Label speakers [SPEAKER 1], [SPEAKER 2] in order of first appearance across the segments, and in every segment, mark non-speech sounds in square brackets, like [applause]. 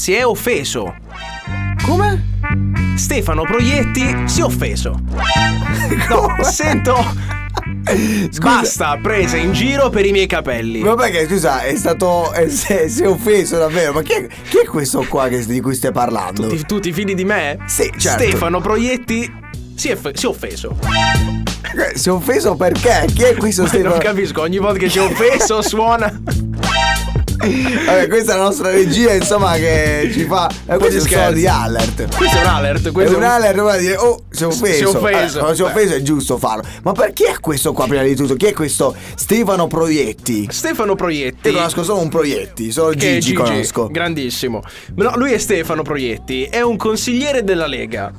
[SPEAKER 1] si è offeso.
[SPEAKER 2] Come?
[SPEAKER 1] Stefano Proietti si è offeso.
[SPEAKER 2] [laughs]
[SPEAKER 1] No, sento. Basta, presa in giro per i miei capelli.
[SPEAKER 2] Ma perché, scusa, è stato. eh, Si è, si è offeso davvero. Ma chi è, chi è questo qua che- di cui stai parlando?
[SPEAKER 1] Tutti, tutti figli di me?
[SPEAKER 2] Sì, certo.
[SPEAKER 1] Stefano Proietti si è, fe- si è offeso.
[SPEAKER 2] Eh, Si è offeso perché? Chi è questo Stefano?
[SPEAKER 1] Non capisco, ogni volta che
[SPEAKER 2] [laughs]
[SPEAKER 1] c'è offeso suona.
[SPEAKER 2] Vabbè, questa è la nostra regia, insomma, che ci fa.
[SPEAKER 1] po'
[SPEAKER 2] Eh,
[SPEAKER 1] di
[SPEAKER 2] questo è solo
[SPEAKER 1] scherzi.
[SPEAKER 2] di alert.
[SPEAKER 1] Questo è un alert.
[SPEAKER 2] È
[SPEAKER 1] Questo
[SPEAKER 2] un alert come dire, oh, si è offeso.
[SPEAKER 1] si è offeso.
[SPEAKER 2] Eh, si è offeso, è giusto farlo. Ma perché è questo qua, prima di tutto? Chi è questo Stefano Proietti?
[SPEAKER 1] Stefano
[SPEAKER 2] Io
[SPEAKER 1] Proietti.
[SPEAKER 2] conosco solo un Proietti, solo
[SPEAKER 1] Che è
[SPEAKER 2] Gigi, conosco.
[SPEAKER 1] grandissimo. No, lui è Stefano Proietti, è un consigliere della Lega.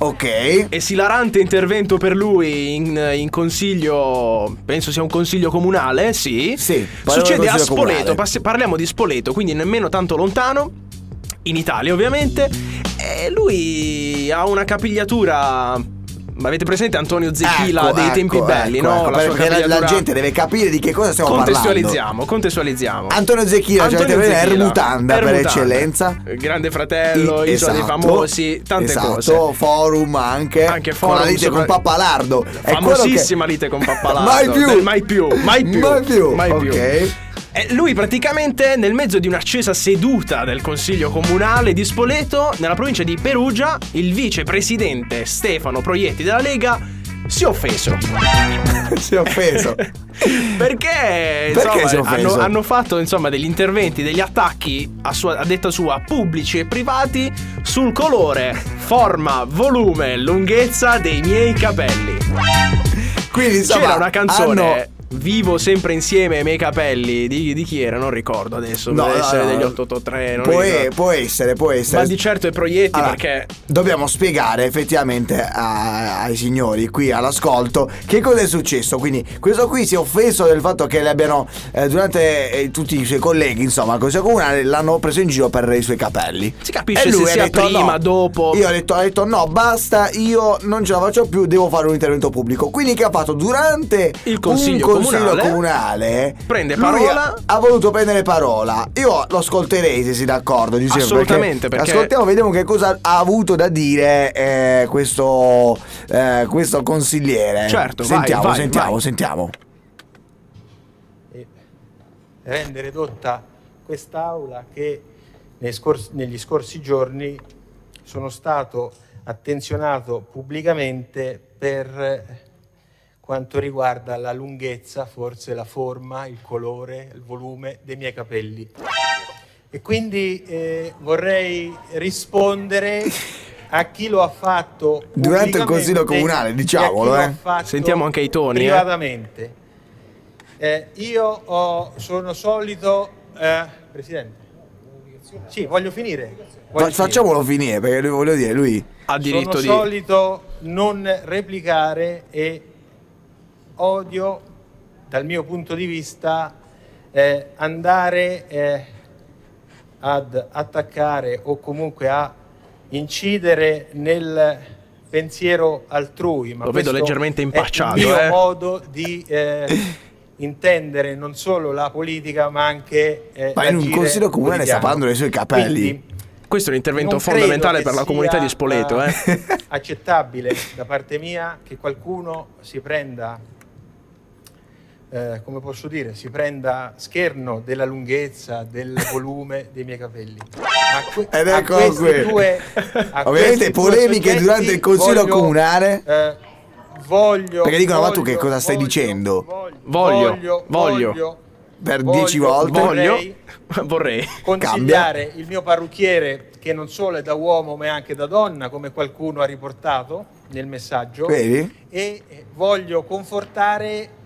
[SPEAKER 2] ok.
[SPEAKER 1] Esilarante intervento per lui in, in consiglio, penso sia un consiglio comunale, sì.
[SPEAKER 2] Sì, parliamo del
[SPEAKER 1] Succede a
[SPEAKER 2] consiglio
[SPEAKER 1] Spoleto,
[SPEAKER 2] comunale.
[SPEAKER 1] passi- parliamo di Spoleto, quindi nemmeno tanto lontano, in Italia ovviamente. E lui ha una capigliatura... Ma avete presente Antonio Zecchila
[SPEAKER 2] Ecco,
[SPEAKER 1] dei
[SPEAKER 2] ecco,
[SPEAKER 1] tempi belli,
[SPEAKER 2] ecco,
[SPEAKER 1] no?
[SPEAKER 2] ecco,
[SPEAKER 1] sua
[SPEAKER 2] perché la, la
[SPEAKER 1] capigliatura-
[SPEAKER 2] gente deve capire di che cosa stiamo parlando.
[SPEAKER 1] Contestualizziamo, contestualizziamo.
[SPEAKER 2] Antonio Zecchino, cioè,
[SPEAKER 1] Antonio
[SPEAKER 2] è
[SPEAKER 1] Zecchila.
[SPEAKER 2] Ermutanda per
[SPEAKER 1] Ermutanda.
[SPEAKER 2] eccellenza.
[SPEAKER 1] Grande fratello,
[SPEAKER 2] I-
[SPEAKER 1] Isola dei
[SPEAKER 2] esatto,
[SPEAKER 1] Famosi, tante
[SPEAKER 2] esatto,
[SPEAKER 1] cose.
[SPEAKER 2] forum anche.
[SPEAKER 1] Anche
[SPEAKER 2] Con
[SPEAKER 1] forum,
[SPEAKER 2] la lite
[SPEAKER 1] sopra-
[SPEAKER 2] con Pappalardo. È quello che-
[SPEAKER 1] Famosissima lite con Pappalardo.
[SPEAKER 2] [laughs] mai più.
[SPEAKER 1] Del mai più, mai più.
[SPEAKER 2] Mai più.
[SPEAKER 1] mai più.
[SPEAKER 2] Ok. [laughs]
[SPEAKER 1] E Eh, lui praticamente nel mezzo di un'accesa seduta del Consiglio Comunale di Spoleto, nella provincia di Perugia, il vicepresidente Stefano Proietti della Lega si è offeso.
[SPEAKER 2] si
[SPEAKER 1] [laughs]
[SPEAKER 2] è offeso.
[SPEAKER 1] Perché,
[SPEAKER 2] Perché
[SPEAKER 1] insomma,
[SPEAKER 2] si è offeso?
[SPEAKER 1] hanno, hanno fatto insomma, degli interventi, degli attacchi a, sua, a detta sua pubblici e privati sul colore, forma, volume, lunghezza dei miei capelli.
[SPEAKER 2] Quindi insomma, ah,
[SPEAKER 1] C'era una canzone.
[SPEAKER 2] hanno-
[SPEAKER 1] Vivo sempre insieme ai miei capelli. Di, di chi era? Non ricordo adesso.
[SPEAKER 2] No,
[SPEAKER 1] deve
[SPEAKER 2] no,
[SPEAKER 1] essere
[SPEAKER 2] no.
[SPEAKER 1] degli 883. Non
[SPEAKER 2] Può,
[SPEAKER 1] ricordo.
[SPEAKER 2] può essere, può essere.
[SPEAKER 1] Ma di certo è proietti
[SPEAKER 2] Allora,
[SPEAKER 1] perché.
[SPEAKER 2] dobbiamo spiegare effettivamente a- ai signori qui all'ascolto che cosa è successo. Quindi, questo qui si è offeso del fatto che le abbiano eh, durante eh, tutti i suoi colleghi, insomma, al Consiglio Comunale l'hanno preso in giro per i suoi capelli.
[SPEAKER 1] Si capisce
[SPEAKER 2] E lui
[SPEAKER 1] se
[SPEAKER 2] ha
[SPEAKER 1] sia
[SPEAKER 2] detto
[SPEAKER 1] prima,
[SPEAKER 2] no.
[SPEAKER 1] dopo.
[SPEAKER 2] Io ho detto, ho detto no, basta, io non ce la faccio più, devo fare un intervento pubblico. Quindi che ha fatto durante
[SPEAKER 1] Il consiglio
[SPEAKER 2] un consiglio
[SPEAKER 1] comunale,
[SPEAKER 2] comunale,
[SPEAKER 1] prende
[SPEAKER 2] lui
[SPEAKER 1] parola.
[SPEAKER 2] ha, ha voluto prendere parola. Io lo ascolterei se sei d'accordo, Giuseppe.
[SPEAKER 1] Assolutamente, perché-
[SPEAKER 2] ascoltiamo, vediamo che cosa ha avuto da dire eh, questo, eh, questo consigliere.
[SPEAKER 1] Certo, vai,
[SPEAKER 2] sentiamo,
[SPEAKER 1] vai,
[SPEAKER 2] sentiamo,
[SPEAKER 1] vai.
[SPEAKER 2] sentiamo.
[SPEAKER 3] e rendere dotta quest'Aula che nei scors- negli scorsi giorni sono stato attenzionato pubblicamente per eh, quanto riguarda la lunghezza, forse la forma, il colore, il volume dei miei capelli. E quindi eh, vorrei rispondere a chi lo ha fatto
[SPEAKER 2] Durante il Consiglio
[SPEAKER 3] pubblicamente
[SPEAKER 2] Comunale,
[SPEAKER 3] e a chi
[SPEAKER 2] diciamolo,
[SPEAKER 3] lo ha
[SPEAKER 2] eh.
[SPEAKER 3] fatto
[SPEAKER 1] Sentiamo anche i toni, eh.
[SPEAKER 3] Privatamente. Eh, io ho- sono solito... eh, Presidente. Sì, voglio finire. Voglio
[SPEAKER 2] Fa-
[SPEAKER 3] finire.
[SPEAKER 2] facciamolo finire, perché lui, voglio dire, lui.
[SPEAKER 1] Ha diritto
[SPEAKER 3] sono
[SPEAKER 1] di.
[SPEAKER 3] solito non replicare e odio, dal mio punto di vista, eh, andare eh, ad attaccare o comunque a incidere nel pensiero altrui. Ma
[SPEAKER 1] Lo vedo
[SPEAKER 3] questo
[SPEAKER 1] leggermente impacciato,
[SPEAKER 3] È il mio
[SPEAKER 1] eh.
[SPEAKER 3] modo di eh, intendere non solo la politica, ma anche. eh,
[SPEAKER 2] Ma in un
[SPEAKER 3] l'agire
[SPEAKER 2] consiglio comunale sta
[SPEAKER 3] quotidiano.
[SPEAKER 2] parlando dei suoi capelli.
[SPEAKER 3] Quindi,
[SPEAKER 1] Questo è un intervento
[SPEAKER 3] non credo
[SPEAKER 1] fondamentale
[SPEAKER 3] che
[SPEAKER 1] per la
[SPEAKER 3] sia,
[SPEAKER 1] comunità di Spoleto, eh.
[SPEAKER 3] Accettabile da parte mia che qualcuno si prenda, eh, come posso dire, si prenda scherno della
[SPEAKER 2] [laughs]
[SPEAKER 3] lunghezza, del volume dei miei capelli. A que-
[SPEAKER 2] Ed
[SPEAKER 3] a
[SPEAKER 2] ecco
[SPEAKER 3] questi
[SPEAKER 2] qui.
[SPEAKER 3] due- a
[SPEAKER 2] [laughs] Ovviamente
[SPEAKER 3] questi due
[SPEAKER 2] polemiche
[SPEAKER 3] soggetti
[SPEAKER 2] durante il consiglio
[SPEAKER 3] voglio,
[SPEAKER 2] comunale.
[SPEAKER 3] eh, voglio.
[SPEAKER 2] Perché dicono, ma tu
[SPEAKER 3] voglio,
[SPEAKER 2] che cosa stai
[SPEAKER 3] voglio,
[SPEAKER 2] dicendo?
[SPEAKER 1] Voglio,
[SPEAKER 3] Voglio.
[SPEAKER 1] voglio.
[SPEAKER 2] Per dieci volte.
[SPEAKER 1] Voglio.
[SPEAKER 3] [laughs]
[SPEAKER 1] [laughs]
[SPEAKER 3] vorrei-
[SPEAKER 1] Vorrei.
[SPEAKER 3] [laughs] consigliare il mio parrucchiere che non solo è da uomo ma è anche da donna, come qualcuno ha riportato nel messaggio.
[SPEAKER 2] Vedi?
[SPEAKER 3] E eh, voglio confortare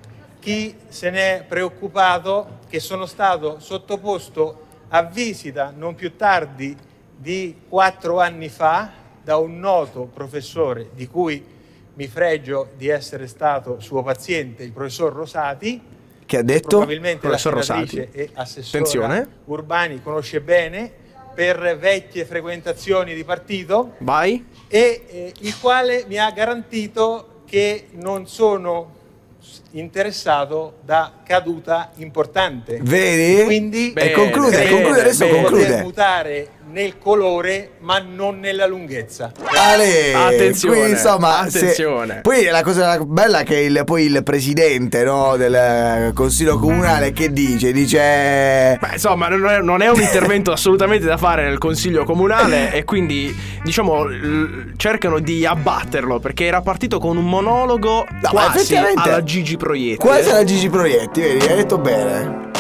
[SPEAKER 3] chi se ne è preoccupato che sono stato sottoposto a visita non più tardi di quattro anni fa da un noto professore di cui mi fregio di essere stato suo paziente, il professor Rosati,
[SPEAKER 2] Che ha detto?
[SPEAKER 3] probabilmente la
[SPEAKER 1] Professor
[SPEAKER 3] senatrice
[SPEAKER 1] Rosati.
[SPEAKER 3] e assessora
[SPEAKER 1] Attenzione.
[SPEAKER 3] Urbani conosce bene per vecchie frequentazioni di partito
[SPEAKER 1] Vai.
[SPEAKER 3] e eh, il quale mi ha garantito che non sono s- interessato da caduta importante.
[SPEAKER 2] Vedi?
[SPEAKER 3] Quindi
[SPEAKER 2] e
[SPEAKER 1] Bene,
[SPEAKER 2] conclude,
[SPEAKER 1] bene,
[SPEAKER 2] conclude, adesso
[SPEAKER 1] bene.
[SPEAKER 3] poter
[SPEAKER 2] conclude.
[SPEAKER 3] mutare nel colore ma non nella lunghezza.
[SPEAKER 2] Ale,
[SPEAKER 1] Attenzione,
[SPEAKER 2] quindi, insomma, se-
[SPEAKER 1] attenzione.
[SPEAKER 2] poi la cosa bella è che il, poi il presidente no, del consiglio comunale che dice? Dice...
[SPEAKER 1] Beh, insomma, non è, non è un intervento [laughs] assolutamente da fare nel consiglio comunale e quindi, diciamo, l- cercano di abbatterlo perché era partito con un monologo
[SPEAKER 2] ma
[SPEAKER 1] quasi
[SPEAKER 2] effettivamente-
[SPEAKER 1] alla Gigi Proietti. eh.
[SPEAKER 2] Quasi alla Gigi Proietti, vedi, hai detto bene.